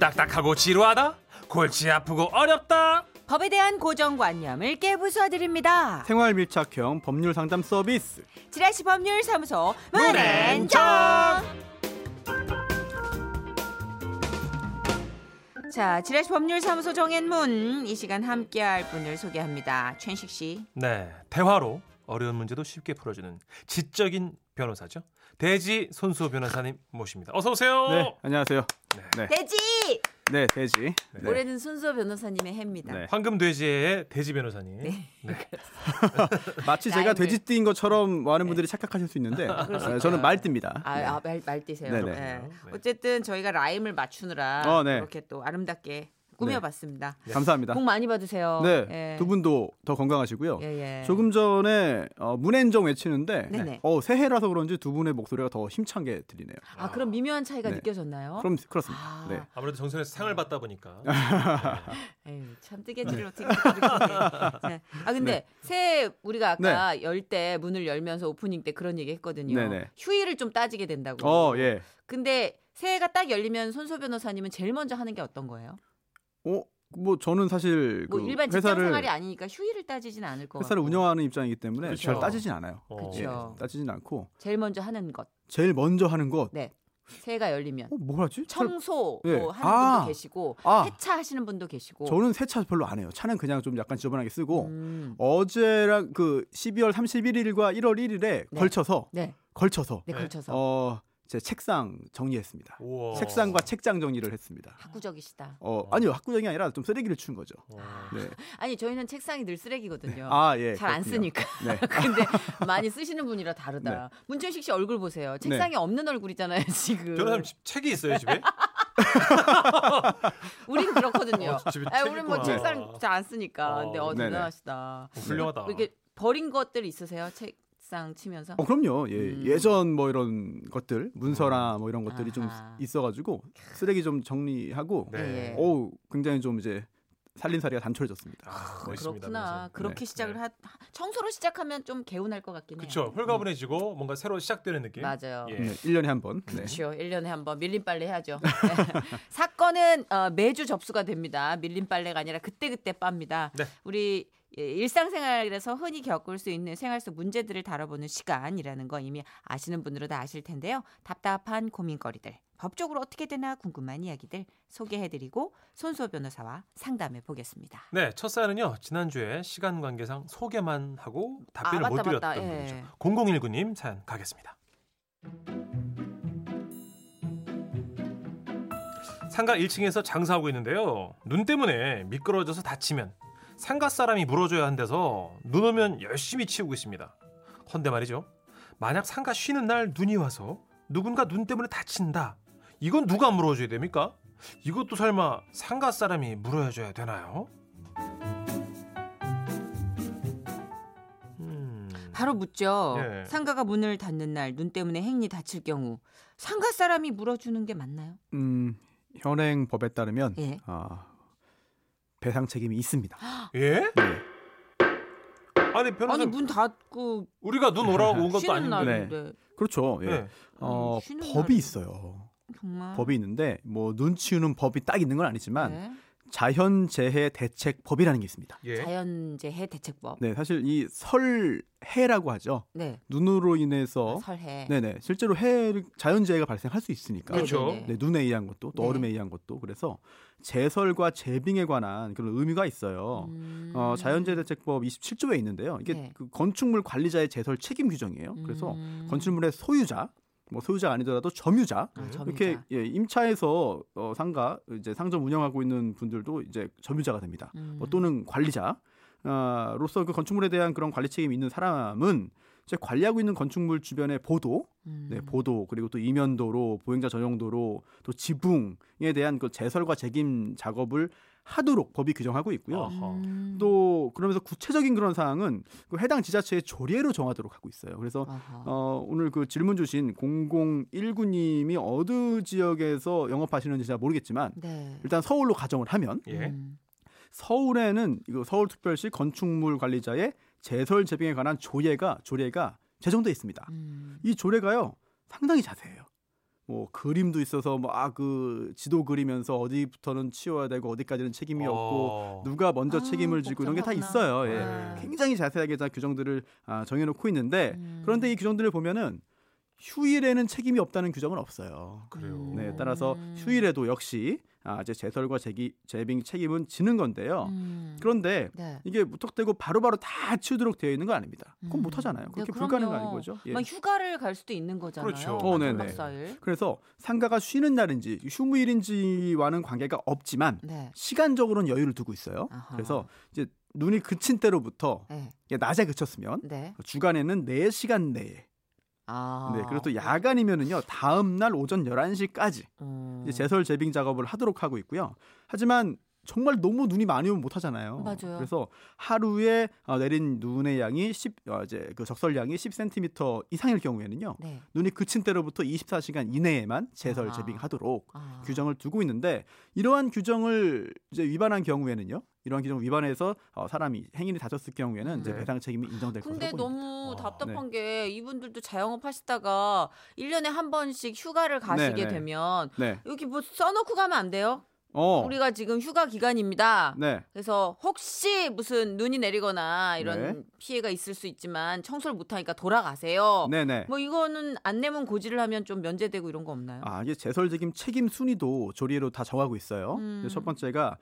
딱딱하고 지루하다? 골치 아프고 어렵다? 법에 대한 고정관념을 깨부숴 드립니다. 생활 밀착형 법률 상담 서비스. 지라시 법률사무소 문앤정! 문앤정. 자, 지라시 법률사무소 정앤문 이 시간 함께할 분을 소개합니다. 최식 씨. 네, 대화로 어려운 문제도 쉽게 풀어주는 지적인 변호사죠. 대지 손수호 변호사님 모십니다. 어서 오세요. 네, 안녕하세요. 네, 돼지 네, 돼지. 네. 올해는 순서 변호사님의 해입니다. 네. 황금 돼지의 대지 변호사님. 네. 마치 제가 라임을. 돼지띠인 것처럼 많은 분들이 착각하실 수 있는데 어, 저는 말띠입니다. 네. 아, 아, 말, 말띠세요. 네네. 네. 어쨌든 저희가 라임을 맞추느라 어, 네. 이렇게 또 아름답게 꾸며봤습니다. 감사합니다. 복 많이 받으세요. 네, 네. 예. 두 분도 더 건강하시고요. 예, 예. 조금 전에 어, 문앤정 외치는데 네네. 어, 새해라서 그런지 두 분의 목소리가 더 힘찬게 들리네요. 아 그럼 미묘한 차이가 네. 느껴졌나요? 그럼 그렇습니다. 아. 네. 아무래도 정선에서 상을 받다 보니까 에휴, 참 뜨개질을 네. 어떻게 그렇게. 네. 아 근데 새해 우리가 아까 열 때 문을 열면서 오프닝 때 그런 얘기 했거든요. 네. 네네. 휴일을 좀 따지게 된다고. 어, 예. 근데 새해가 딱 열리면 손소 변호사님은 제일 먼저 하는 게 어떤 거예요? 어, 뭐 저는 사실 뭐 그 일반 직장 생활이 회사를 아니니까 휴일을 따지진 않을 거 회사를 운영하는 입장이기 때문에 그렇죠. 잘 따지진 않아요. 어, 그렇죠. 예, 따지진 않고 제일 먼저 하는 것. 제일 먼저 하는 것. 네. 새해가 열리면 어, 뭘 하지? 잘- 청소 예. 뭐 하는 아. 분도 계시고 아. 세차하시는 분도 계시고. 저는 뭐. 세차 별로 안 해요. 차는 그냥 좀 약간 지저분하게 쓰고 음. 어제랑 그 12월 31일과 1월 1일에 걸쳐서 네. 걸쳐서 네 네. 걸쳐서 어, 제 책상 정리했습니다. 우와. 책상과 책장 정리를 했습니다. 학구적이시다. 어, 아니요. 학구정이 아니라 좀 쓰레기를 치운 거죠. 와. 네. 아니 저희는 책상이 늘 쓰레기거든요. 아, 예. 잘 안 그렇군요. 쓰니까. 네. 근데 많이 쓰시는 분이라 다르다. 네. 문천식 씨 얼굴 보세요. 책상에 없는 얼굴이잖아요, 지금. 그 변호사님 집- 책이 있어요 집에? 우린 그렇거든요. 어, 집에 아, 책 우린 뭐 있구나. 책상 잘 안 쓰니까. 어. 근데 어, 네네. 대단하시다. 어, 훌륭하다. 뭐 이렇게 버린 것들 있으세요? 책상 치면서? 어 그럼요. 예. 음. 예전 뭐 이런 것들, 어. 문서나 뭐 이런 것들이 좀 아하. 있어 가지고 쓰레기 좀 정리하고 네. 예. 어우, 굉장히 좀 이제 살림살이가 단촐해졌습니다. 네. 아, 멋있습니다. 네. 그렇구나. 그렇게 시작을 하, 청소로 시작하면 좀 개운할 것 같긴 해요. 그렇죠. 홀가분해지고 뭔가 새로 시작되는 느낌. 예. 맞아요. 음. 예. 네. 1년에 한 번. 네. 그렇죠. 1년에 한 번 밀린 빨래 해야죠. 네. 사건은 어, 매주 접수가 됩니다. 밀린 빨래가 아니라 그때그때 빱니다. 네. 우리 예, 일상생활에서 흔히 겪을 수 있는 생활 속 문제들을 다뤄보는 시간이라는 거 이미 아시는 분으로 다 아실 텐데요. 답답한 고민거리들, 법적으로 어떻게 되나 궁금한 이야기들 소개해드리고 손수호 변호사와 상담해 보겠습니다. 네, 첫 사연은요. 지난주에 시간 관계상 소개만 하고 답변을 아, 못 맞다, 드렸던 맞다. 예. 분이죠. 0019님 사연 가겠습니다. 상가 1층에서 장사하고 있는데요. 눈 때문에 미끄러져서 다치면 상가 사람이 물어줘야 한대서 눈 오면 열심히 치우고 있습니다. 헌데 말이죠. 만약 상가 쉬는 날 눈이 와서 누군가 눈 때문에 다친다. 이건 누가 물어줘야 됩니까? 이것도 설마 상가 사람이 물어줘야 되나요? 음, 바로 묻죠. 예. 상가가 문을 닫는 날 눈 때문에 행리 다칠 경우 상가 사람이 물어주는 게 맞나요? 음, 현행 법에 따르면 예. 아, 배상 책임이 있습니다. 네. 예? 아니 변호사 아니 님 문 닫고 우리가 눈 오라고 온 것도 쉬는 아닌데. 날인데 그렇죠. 예. 네. 어, 음, 쉬는 법이 날은- 있어요. 정말 법이 있는데 뭐 눈치우는 법이 딱 있는 건 아니지만 네. 자연재해 대책법이라는 게 있습니다. 예. 자연재해 대책법 네, 사실 이 설해라고 하죠. 네, 눈으로 인해서 아, 설해 어? 네네 실제로 해 자연재해가 발생할 수 있으니까 네, 그렇죠. 네, 네. 네, 눈에 의한 것도 또 네. 얼음에 의한 것도 그래서 제설과 재빙에 관한 그런 의미가 있어요. 음. 어, 자연재해 대책법 27조에 있는데요. 이게 네. 그 건축물 관리자의 제설 책임 규정이에요. 그래서 음. 건축물의 소유자, 뭐 소유자 가 아니더라도 점유자 아, 점유자. 이렇게 예, 임차해서 어, 상가 이제 상점 운영하고 있는 분들도 이제 점유자가 됩니다. 음. 뭐 또는 관리자. 아, 로서 그 건축물에 대한 그런 관리 책임이 있는 사람은 이제 관리하고 있는 건축물 주변의 보도, 음. 네, 보도 그리고 또 이면도로, 보행자 전용도로, 또 지붕에 대한 그 제설과 재김 작업을 하도록 법이 규정하고 있고요. 아하. 음. 또 그러면서 구체적인 그런 사항은 그 해당 지자체의 조례로 정하도록 하고 있어요. 그래서 아하. 어, 오늘 그 질문 주신 0019님이 어느 지역에서 영업하시는지 잘 모르겠지만 네 일단 서울로 가정을 하면 예. 음. 서울에는 이거 서울특별시 건축물 관리자의 제설 재빙에 관한 조례가 조례가 제정돼 있습니다. 음. 이 조례가요 상당히 자세해요. 뭐 그림도 있어서 막 그 지도 그리면서 어디부터는 치워야 되고 어디까지는 음, 책임이 없고 어. 누가 먼저 아, 책임을 지고 이런 게 다 복잡하구나. 있어요. 예. 네. 굉장히 자세하게 다 규정들을 아, 정해놓고 있는데 음. 그런데 이 규정들을 보면은 휴일에는 책임이 없다는 규정은 없어요. 그래요. 네, 따라서 음. 휴일에도 역시 아, 이제 제설과 제기, 제빙 책임은 지는 건데요. 음. 그런데 네. 이게 무턱대고 바로바로 다 치우도록 되어 있는 거 아닙니다. 그건 음. 못 하잖아요. 네, 그렇게 그럼요. 불가능한 거죠. 예. 막 휴가를 갈 수도 있는 거잖아요. 그렇죠. 어, 네네. 박사일 그래서 상가가 쉬는 날인지 휴무일인지와는 관계가 없지만 네. 시간적으로는 여유를 두고 있어요. 아하. 그래서 이제 눈이 그친 때로부터 네. 이게 낮에 그쳤으면 네. 주간에는 4시간 내에 아. 네, 그리고 또 야간이면은요. 다음 날 오전 11시까지 음. 이제 제설 재빙 작업을 하도록 하고 있고요. 하지만 정말 너무 눈이 많이 오면 못 하잖아요. 맞아요. 그래서 하루에 어, 내린 눈의 양이 10 어, 이제 그 적설량이 10cm 이상일 경우에는요. 네. 눈이 그친 때로부터 24시간 이내에만 제설 아하. 재빙하도록 아. 규정을 두고 있는데 이러한 규정을 이제 위반한 경우에는요. 이러한 규정 위반해서 어, 사람이 행인이 다쳤을 경우에는 이제 네. 배상 책임이 인정될 것으로 근데 보입니다. 너무 아, 네. 답답한 게 이분들도 자영업 하시다가 1년에 한 번씩 휴가를 가시게 네, 네. 되면 네. 여기 뭐 써놓고 가면 안 돼요? 어. 우리가 지금 휴가 기간입니다. 네. 그래서 혹시 무슨 눈이 내리거나 이런 네. 피해가 있을 수 있지만 청소를 못하니까 돌아가세요. 네, 네. 뭐 이거는 안 내면 고지를 하면 좀 면제되고 이런 거 없나요? 아, 이게 제설 책임 책임 순위도 조리로 다 정하고 있어요. 음. 그래서 첫 번째가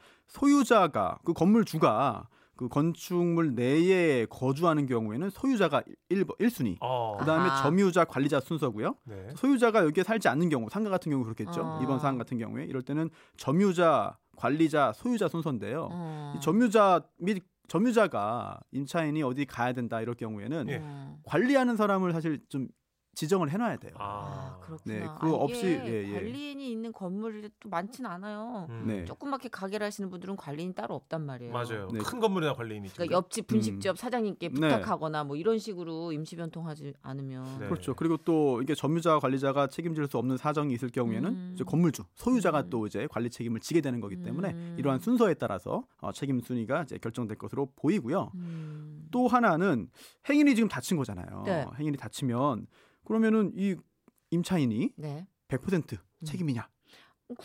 소유자가 그 건물 주가 그 건축물 내에 거주하는 경우에는 소유자가 일일순위 어. 그다음에 아하. 점유자 관리자 순서고요. 네. 소유자가 여기에 살지 않는 경우, 상가 같은 경우 그렇겠죠. 어. 이번 상가 같은 경우에 이럴 때는 점유자, 관리자, 소유자 순서인데요. 어. 이 점유자 및 점유자가 임차인이 어디 가야 된다 이럴 경우에는 예. 어. 관리하는 사람을 사실 좀 지정을 해놔야 돼요. 아, 그렇구나. 네, 그거 아, 없이, 이게 예, 예. 관리인이 있는 건물이 또 많진 않아요. 음. 네. 조그맣게 가게를 하시는 분들은 관리인이 따로 없단 말이에요. 맞아요. 음. 네. 큰 건물이나 관리인이니까. 그러니까 옆집 분식집 사장님께 네. 부탁하거나 뭐 이런 식으로 임시 변통하지 않으면 네. 그렇죠. 그리고 또 이게 점유자 관리자가 책임질 수 없는 사정이 있을 경우에는 음. 이제 건물주 소유자가 음. 또 이제 관리 책임을 지게 되는 거기 때문에 음. 이러한 순서에 따라서 어, 책임 순위가 이제 결정될 것으로 보이고요. 음. 또 하나는 행인이 지금 다친 거잖아요. 네. 행인이 다치면 그러면은 이 임차인이 네. 100% 책임이냐?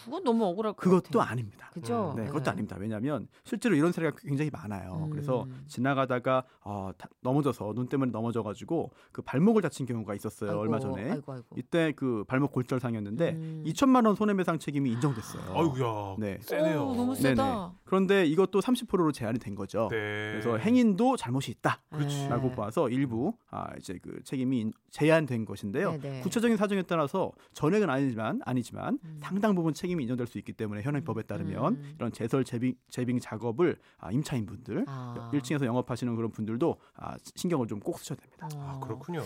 그건 너무 억울할 것 그것도 같아요. 아닙니다. 음. 그죠? 네, 그것도 아닙니다. 왜냐하면 실제로 이런 사례가 굉장히 많아요. 음. 그래서 지나가다가 어, 다- 넘어져서 눈 때문에 넘어져가지고 그 발목을 다친 경우가 있었어요. 아이고, 얼마 전에 아이고 아이고. 이때 그 발목 골절상이었는데 음. 2천만 원 손해배상 책임이 인정됐어요. 아이고야. 네. 세네요. 어우, 너무 네네. 세다. 그런데 이것도 30%로 제한이 된 거죠. 네. 그래서 행인도 잘못이 있다라고 그렇지. 네. 봐서 일부 아 이제 그 책임이 인- 제한된 것인데요. 네네. 구체적인 사정에 따라서 전액은 아니지만 아니지만 음. 상당 부분 책임이 인정될 수 있기 때문에 현행법에 따르면 음. 이런 제설 재빙, 재빙 작업을 아, 임차인분들 아. 1층에서 영업하시는 그런 분들도 아, 신경을 좀 꼭 쓰셔야 됩니다. 아, 어. 그렇군요. 음.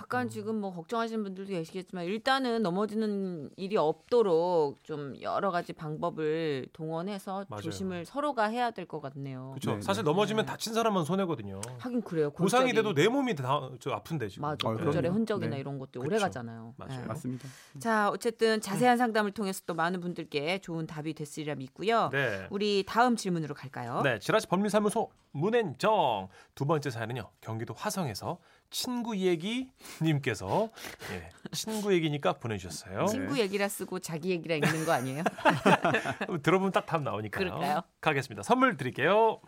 약간 지금 뭐 걱정하시는 분들도 계시겠지만 일단은 넘어지는 일이 없도록 좀 여러 가지 방법을 동원해서 맞아요. 조심을 서로가 해야 될 것 같네요. 그렇죠. 네, 사실 네. 넘어지면 네. 다친 사람만 손해거든요. 하긴 그래요. 보상이 골절이- 돼도 내 몸이 다 저 아픈데 지금. 맞아. 어, 골절의 그럼요. 흔적이나 네. 이런 것도 그쵸. 오래 가잖아요. 맞아요. 네. 맞습니다. 자, 어쨌든 자세한 상담을 통해서 또 많은 분들께 좋은 답이 됐으리라 믿고요. 네. 우리 다음 질문으로 갈까요? 네, 지라시 법률사무소 문앤정 두 번째 사연은요. 경기도 화성에서 친구 얘기 님께서 예, 친구 얘기니까 보내주셨어요. 네. 친구 얘기라 쓰고 자기 얘기라 읽는 거 아니에요? 들어보면 딱 답 나오니까요. 그럴까요? 가겠습니다. 선물 드릴게요.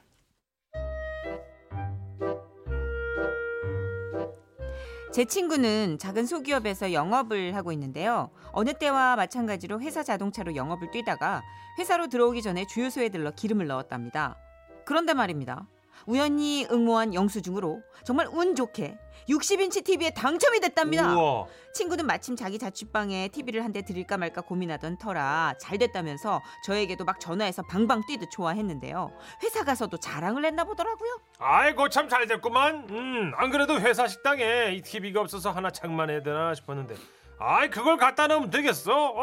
제 친구는 작은 소기업에서 영업을 하고 있는데요. 어느 때와 마찬가지로 회사 자동차로 영업을 뛰다가 회사로 들어오기 전에 주유소에 들러 기름을 넣었답니다. 그런데 말입니다. 우연히 응모한 영수증으로 정말 운 좋게 60인치 TV에 당첨이 됐답니다. 우와. 친구는 마침 자기 자취방에 TV를 한 대 드릴까 말까 고민하던 터라 잘 됐다면서 저에게도 막 전화해서 방방 뛰듯 좋아했는데요. 회사 가서도 자랑을 했나 보더라고요. 아이고 참 잘 됐구만. 음, 안 그래도 회사 식당에 이 TV가 없어서 하나 장만해야 되나 싶었는데. 아이 그걸 갖다 놓으면 되겠어.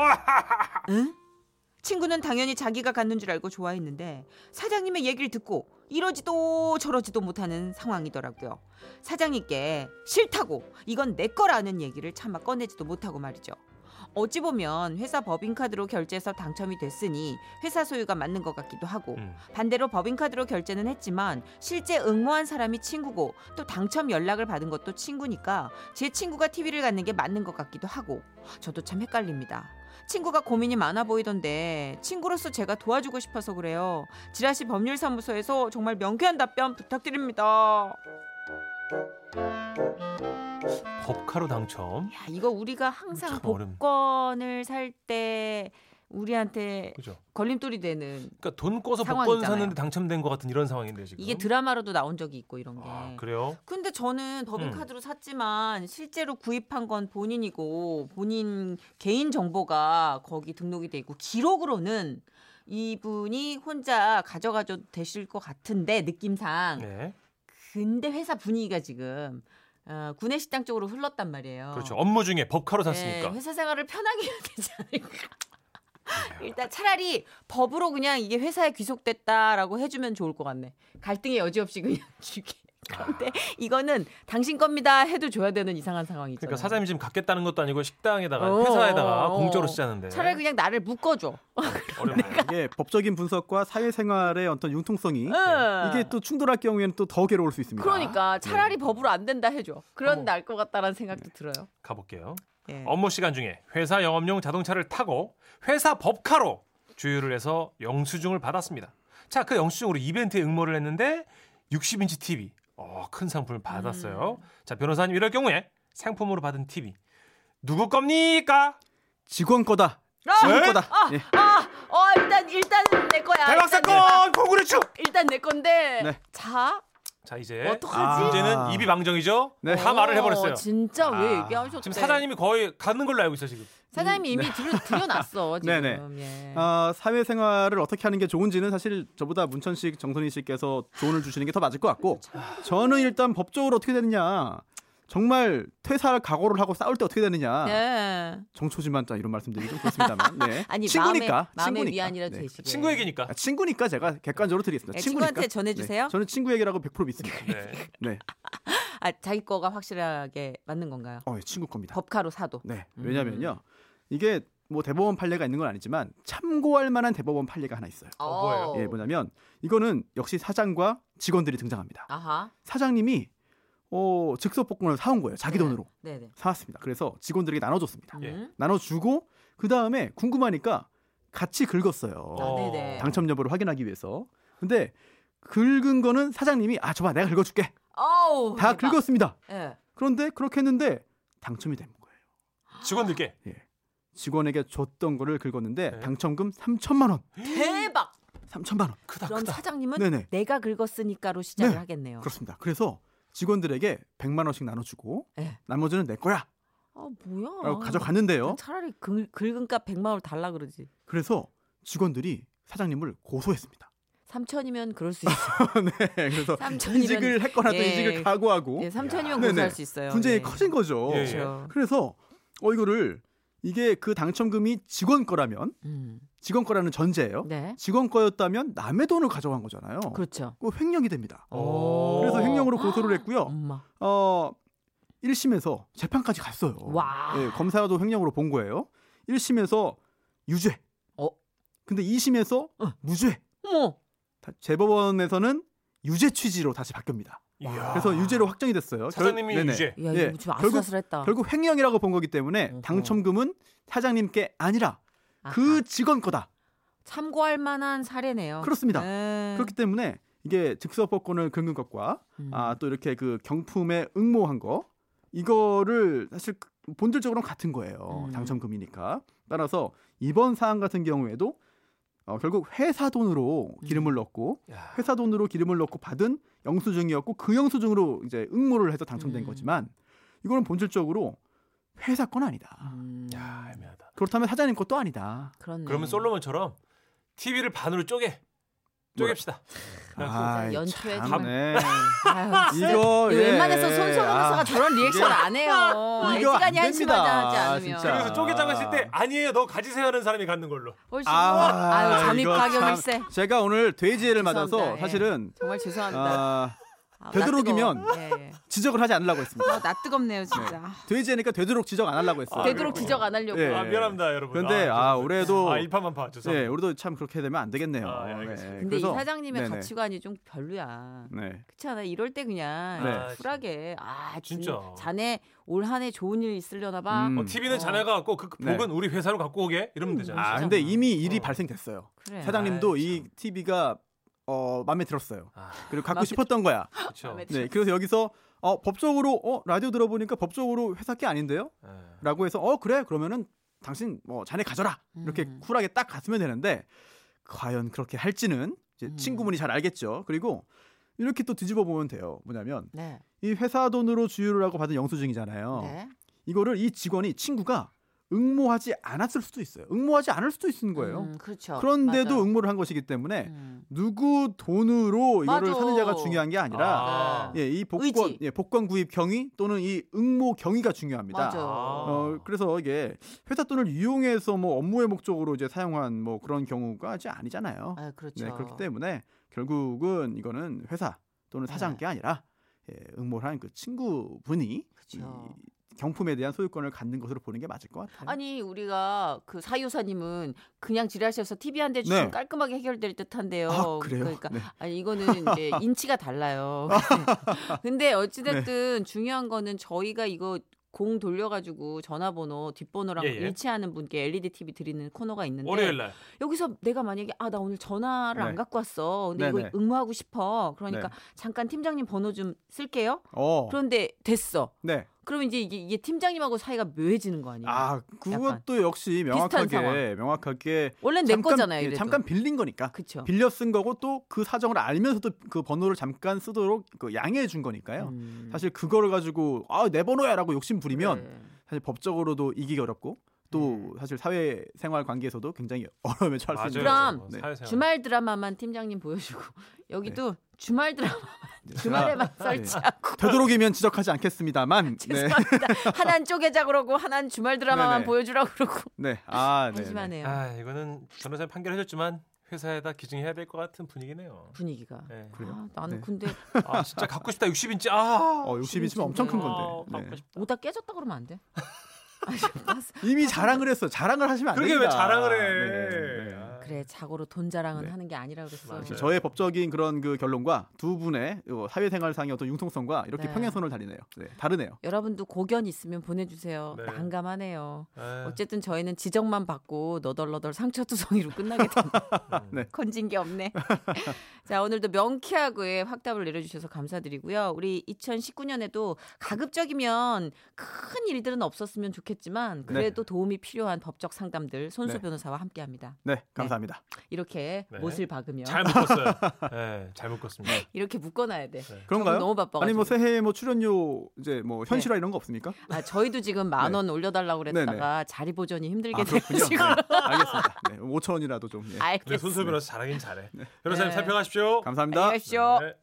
친구는 당연히 자기가 갖는 줄 알고 좋아했는데 사장님의 얘기를 듣고 이러지도 저러지도 못하는 상황이더라고요. 사장님께 싫다고 이건 내 거라는 얘기를 차마 꺼내지도 못하고 말이죠. 어찌 보면 회사 법인카드로 결제해서 당첨이 됐으니 회사 소유가 맞는 것 같기도 하고 음. 반대로 법인카드로 결제는 했지만 실제 응모한 사람이 친구고 또 당첨 연락을 받은 것도 친구니까 제 친구가 TV를 갖는 게 맞는 것 같기도 하고 저도 참 헷갈립니다. 친구가 고민이 많아 보이던데 친구로서 제가 도와주고 싶어서 그래요. 지라시 법률사무소에서 정말 명쾌한 답변 부탁드립니다. 법카로 당첨. 야, 이거 우리가 항상 음, 참 어렵네. 복권을 살 때 우리한테 그죠? 걸림돌이 되는 그러니까 돈 꿔서 복권 상황이잖아요. 샀는데 당첨된 것 같은 이런 상황인데 지금. 이게 드라마로도 네. 나온 적이 있고 이런 게. 아, 그래요? 음. 근데 저는 법인카드로 샀지만 실제로 구입한 건 본인이고 본인 개인 정보가 거기 등록이 돼 있고 기록으로는 이분이 혼자 가져가도 되실 것 같은데 느낌상 네. 근데 회사 분위기가 지금 어, 구내식당 쪽으로 흘렀단 말이에요. 그렇죠. 업무 중에 법카로 어. 네, 샀으니까. 회사 생활을 편하게 해야 되지 않을까. 네. 일단 차라리 법으로 그냥 이게 회사에 귀속됐다라고 해주면 좋을 것 같네. 갈등의 여지 없이 그냥 주게. 아. 근데 이거는 당신 겁니다 해도 줘야 되는 이상한 상황이죠. 그러니까 사장님이 지금 갖겠다는 것도 아니고 식당에다가 네. 어, 회사에다가 어, 어. 공짜로 쓰자는데. 차라리 그냥 나를 묶어줘. 어렵네. 이게 법적인 분석과 사회생활의 어떤 네. 융통성이 응. 이게 또 충돌할 경우에는 또 더 괴로울 수 있습니다. 어. 그러니까 차라리 법으로 안 된다 해줘. 그런 아, 네. 어머. 어, 날 것 같다라는 생각도 들어요. 가볼게요. 예. 업무 시간 중에 회사 영업용 자동차를 타고 회사 법카로 주유를 해서 영수증을 받았습니다. 자, 그 영수증으로 이벤트에 응모를 했는데 60인치 TV. 어, 큰 상품을 받았어요. 음. 자, 변호사님 이럴 경우에 상품으로 받은 TV 누구 겁니까? 직원 거다. 네? 직원 에? 거다. 예. 아, 어 일단 일단 내 거야. 대박 일단, 사건 고구려추. 일단 내 건데. 네. 자 자, 이제 어떡하지? 아. 네. 이제는 입이 방정이죠. 네. 다 말을 해버렸어요. 어, 진짜 왜 아, 얘기하셨대? 지금 사장님이 거의 가는 걸로 알고 있어 지금. 사장님이 이미 들여, 들여놨어 지금. 네. 네네. 예. 아, 사회생활을 어떻게 하는 게 좋은지는 사실 저보다 문천식 정선희 씨께서 조언을 주시는 게 더 맞을 것 같고 저는 일단 법적으로 어떻게 되느냐 정말 퇴사할 각오를 하고 싸울 때 어떻게 되느냐 네. 정초지만 자 이런 말씀드리기 좀 그렇습니다만 네. 아니 친구니까 마음의, 마음의 친구니까 위안이라 네. 되시게. 친구 얘기니까. 아, 친구니까 제가 객관적으로 드리겠습니다. 네, 친구니까. 친구한테 전해주세요. 네, 저는 친구 얘기라고 100% 믿습니다. 네. 네, 아 자기 거가 확실하게 맞는 건가요? 어, 예, 친구 겁니다. 법카로 사도. 네, 음. 왜냐면요 이게 뭐 대법원 판례가 있는 건 아니지만 참고할 만한 대법원 판례가 하나 있어요. 어, 뭐예요? 어우. 예, 뭐냐면 이거는 역시 사장과 직원들이 등장합니다. 아하. 사장님이 어, 즉석 복권을 사온 거예요. 자기 네. 돈으로 네네. 사왔습니다. 그래서 직원들에게 나눠줬습니다. 예. 음. 나눠주고 그 다음에 궁금하니까 같이 긁었어요. 아, 네네. 당첨 여부를 확인하기 위해서. 근데 긁은 거는 사장님이 아, 줘봐 내가 긁어줄게. 어우. 다 대박. 긁었습니다. 예. 그런데 그렇게 했는데 당첨이 된 거예요. 직원들께 직원에게 줬던 거를 긁었는데 네. 당첨금 3천만 원. 대박. 3천만 원. 크다 그럼 크다. 사장님은 네네. 내가 긁었으니까로 시작을 네. 하겠네요. 그렇습니다. 그래서 직원들에게 100만 원씩 나눠주고 네. 나머지는 내 거야. 아 뭐야? 라고 어, 가져갔는데요. 차라리 긁, 긁은 값 100만 원 달라 그러지. 그래서 직원들이 사장님을 고소했습니다. 3천이면 그럴 수 있어. 네. 그래서 삼천이면- 이직을 했거나 또 예. 이직을 각오하고 네, 3천이면 네네. 고소할 수 있어요. 분쟁이 예. 커진 거죠. 예, 예. 그렇죠. 그래서 어 이거를 이게 그 당첨금이 직원 거라면 음. 직원 거라는 전제예요. 네. 직원 거였다면 남의 돈을 가져간 거잖아요. 그렇죠. 그 횡령이 됩니다. 오. 그래서 어. 횡령으로 고소를 했고요. 엄마. 어 1심에서 재판까지 갔어요. 와. 예, 검사도 횡령으로 본 거예요. 1심에서 유죄. 어? 근데 2심에서 어. 무죄. 어머. 다- 재법원에서는 유죄 취지로 다시 바뀝니다. 이야. 아. 그래서 유죄로 확정이 됐어요. 결- 사장님이 네네. 유죄. 야, 예, 이거 좀 아슬아슬했다. 결국 횡령이라고 본 거기 때문에 어허. 당첨금은 사장님께 아니라 그 아하. 직원 거다. 참고할 만한 사례네요. 그렇습니다. 네. 그렇기 때문에 이게 즉석법권을 긁은 것과 음. 아, 또 이렇게 그 경품에 응모한 거 이거를 사실 그- 본질적으로는 같은 거예요. 음. 당첨금이니까. 따라서 이번 사안 같은 경우에도 어, 결국 회사 돈으로 음. 기름을 넣고 야. 회사 돈으로 기름을 넣고 받은 영수증이었고 그 영수증으로 이제 응모를 해서 당첨된 음. 거지만 이거는 본질적으로 회사 건 아니다. 음. 야, 애매하다. 그렇다면 사장님 것도 아니다. 그렇네. 그러면 솔로몬처럼 TV를 반으로 쪼개. 쪼갭시다. 아, 연초에 정말- 참네. 아유, 진짜. 이거 예. 웬만해서 손석영 아, 변호사가 저런 리액션 안 해요. 이거 안 시간이 한심하다 하지 됩니다. 아, 않으면. 진짜. 그래서 쪼개자고 했을 때 아니에요. 너 가지세요 하는 사람이 갖는 걸로. 훨씬 아, 아유 잠입 이거 가격일세. 참. 제가 오늘 돼지를 죄송합니다. 맞아서 예. 사실은 정말 죄송합니다. 아, 아, 나 되도록이면 뜨거워. 예, 예. 지적을 하지 않으려고 했습니다. 아, 나 뜨겁네요 진짜. 돼지니까 되도록 지적 안 하려고 했어요. 아, 되도록 그래요? 지적 안 하려고. 예. 아, 미안합니다, 여러분. 근데, 아, 죄송합니다. 올해도- 아, 일파만 파. 죄송합니다. 네, 우리도 참 그렇게 되면 안 되겠네요. 아, 예, 알겠습니다. 근데 그래서- 이 사장님의 네네. 가치관이 좀 별로야. 네. 그렇지 않아? 이럴 때 그냥 네. 아, 쿨하게 아 진- 진짜. 자네 올 한 해 좋은 일 있으려나 봐. 음. 어, TV는 어. 음. 그렇죠. 자네가 갖고 그 네. 복은 우리 회사로 갖고 오게 이러면 되잖아요. 아, 진짜. 근데 이미 일이 어. 발생됐어요. 그래. 사장님도 아이, 예. 이 TV가 어, 마음에 들었어요. 아, 그리고 갖고 싶었던 거야. 그렇죠. 마음에 네, 그래서 여기서 어, 법적으로 어, 라디오 들어보니까 법적으로 회사 게 아닌데요? 라고 해서 어, 그래. 그러면은 당신 뭐 자네 가져라. 이렇게 음. 쿨하게 딱 갔으면 되는데 과연 그렇게 할지는 이제 음. 친구분이 잘 알겠죠. 그리고 이렇게 또 뒤집어 보면 돼요. 뭐냐면 네. 이 회사 돈으로 주유를 하고 받은 영수증이잖아요. 네. 이거를 이 직원이 친구가 응모하지 않았을 수도 있어요. 응모하지 않을 수도 있는 거예요. 음, 그렇죠. 그런데도 맞아요. 응모를 한 것이기 때문에 음. 누구 돈으로 이거를 맞아. 사느냐가 중요한 게 아니라 아. 예, 이 복권 의지. 예, 복권 구입 경위 또는 이 응모 경위가 중요합니다. 맞아. 어, 그래서 이게 회사 돈을 이용해서 뭐 업무의 목적으로 이제 사용한 뭐 그런 경우가 이제 아니잖아요. 아, 그렇죠. 네, 그렇기 때문에 결국은 이는 회사 또는 사장 네. 게 아니라 예, 응모를 한 그 친구분이 그렇죠. 이 경품에 대한 소유권을 갖는 것으로 보는 게 맞을 것 같아요. 아니 우리가 그 사유사님은 그냥 지랄하셔서 TV 한 대 주면 네. 깔끔하게 해결될 듯한데요. 아, 그래요? 러니까 네. 아니 이거는 이제 인치가 달라요. 근데 어찌됐든 네. 중요한 거는 저희가 이거 공 돌려가지고 전화번호 뒷번호랑 예, 예. 일치하는 분께 LED TV 드리는 코너가 있는데 월요일 날. 여기서 내가 만약에 아 나 오늘 전화를 네. 안 갖고 왔어. 근데 네, 이거 네. 응모하고 싶어. 그러니까 네. 잠깐 팀장님 번호 좀 쓸게요. 어, 그런데 됐어. 네. 그러면 이제 이게, 이게 팀장님하고 사이가 묘해지는 거 아니에요? 아, 그것도 역시 네. 비슷한 명확하게 명확하게 원래 내 잠깐 거잖아요. 예, 이래도. 잠깐 빌린 거니까. 그쵸. 빌려 쓴 거고 또 그 사정을 알면서도 그 번호를 잠깐 쓰도록 그 양해해 준 거니까요. 음. 사실 그거를 가지고 아 내 번호야라고 욕심 부리면 그래. 사실 법적으로도 이기기 어렵고 음. 또 사실 사회 생활 관계에서도 굉장히 어려움에 처할 수 있는 맞아요. 거죠. 어, 네. 사회생활. 주말 드라마만 팀장님 보여주고 여기도 주말 드라마 주말에만 설치하고 되도록이면 지적하지 않겠습니다만 아, 네. 죄송합니다. 하나는 쪼개자 그러고 하나는 주말 드라마만 네네. 보여주라 그러고 네. 아, 네. 네. 한심하네요 아, 이거는 변호사님 판결해줬지만 회사에다 기증해야 될 것 같은 분위기네요. 분위기가. 네. 그래요. 아, 나는 네. 근데 아, 진짜 갖고 싶다. 60인치. 아. 어, 60인치면 엄청 큰 아, 건데. 갖고 네. 싶다. 오다 깨졌다 그러면 안 돼? 아니, 봤어. 이미 자랑을 했어. 자랑을 하시면 안 그러게 됩니다. 왜 자랑을 해? 아, 네, 네. 아. 그래 자고로 돈 자랑은 네. 하는 게 아니라 그랬어. 맞아요. 저의 법적인 그런 그 결론과 두 분의 어, 사회생활상의 어떤 융통성과 이렇게 네. 평행선을 다리네요. 네, 다르네요. 여러분도 고견 있으면 보내주세요. 네. 난감하네요. 아, 어쨌든 저희는 지적만 받고 너덜너덜 상처투성이로 끝나게 됩니다. 네. 건진 게 없네. 자, 오늘도 명쾌하고의 확답을 내려주셔서 감사드리고요. 우리 2019년에도 가급적이면 큰 일들은 없었으면 좋겠지만 그래도 도움이 필요한 법적 상담들 손수 네. 변호사와 함께합니다. 네, 감사합니다. 이렇게 네. 못을 박으며 잘 묶었어요. 네, 잘 묶었습니다. 이렇게 묶어놔야 돼. 네. 그런가요? 저는 너무 바빠가지고. 네. 아니 뭐 새해 뭐 출연료 이제 뭐 현실화 이런 거 없습니까? 아, 저희도 지금 만 원 올려달라고 그랬다가 자리 보존이 힘들게 아, 네. 아 그렇군요. 네, 돼가지고 알겠습니다. 네, 5천 원이라도 좀. 예. 근데 알겠습니다. 손수빈 변호사 잘하긴 잘해. 변호사님 네. 살펴가십시오. 감사합니다. 안녕히 가십시오. 네.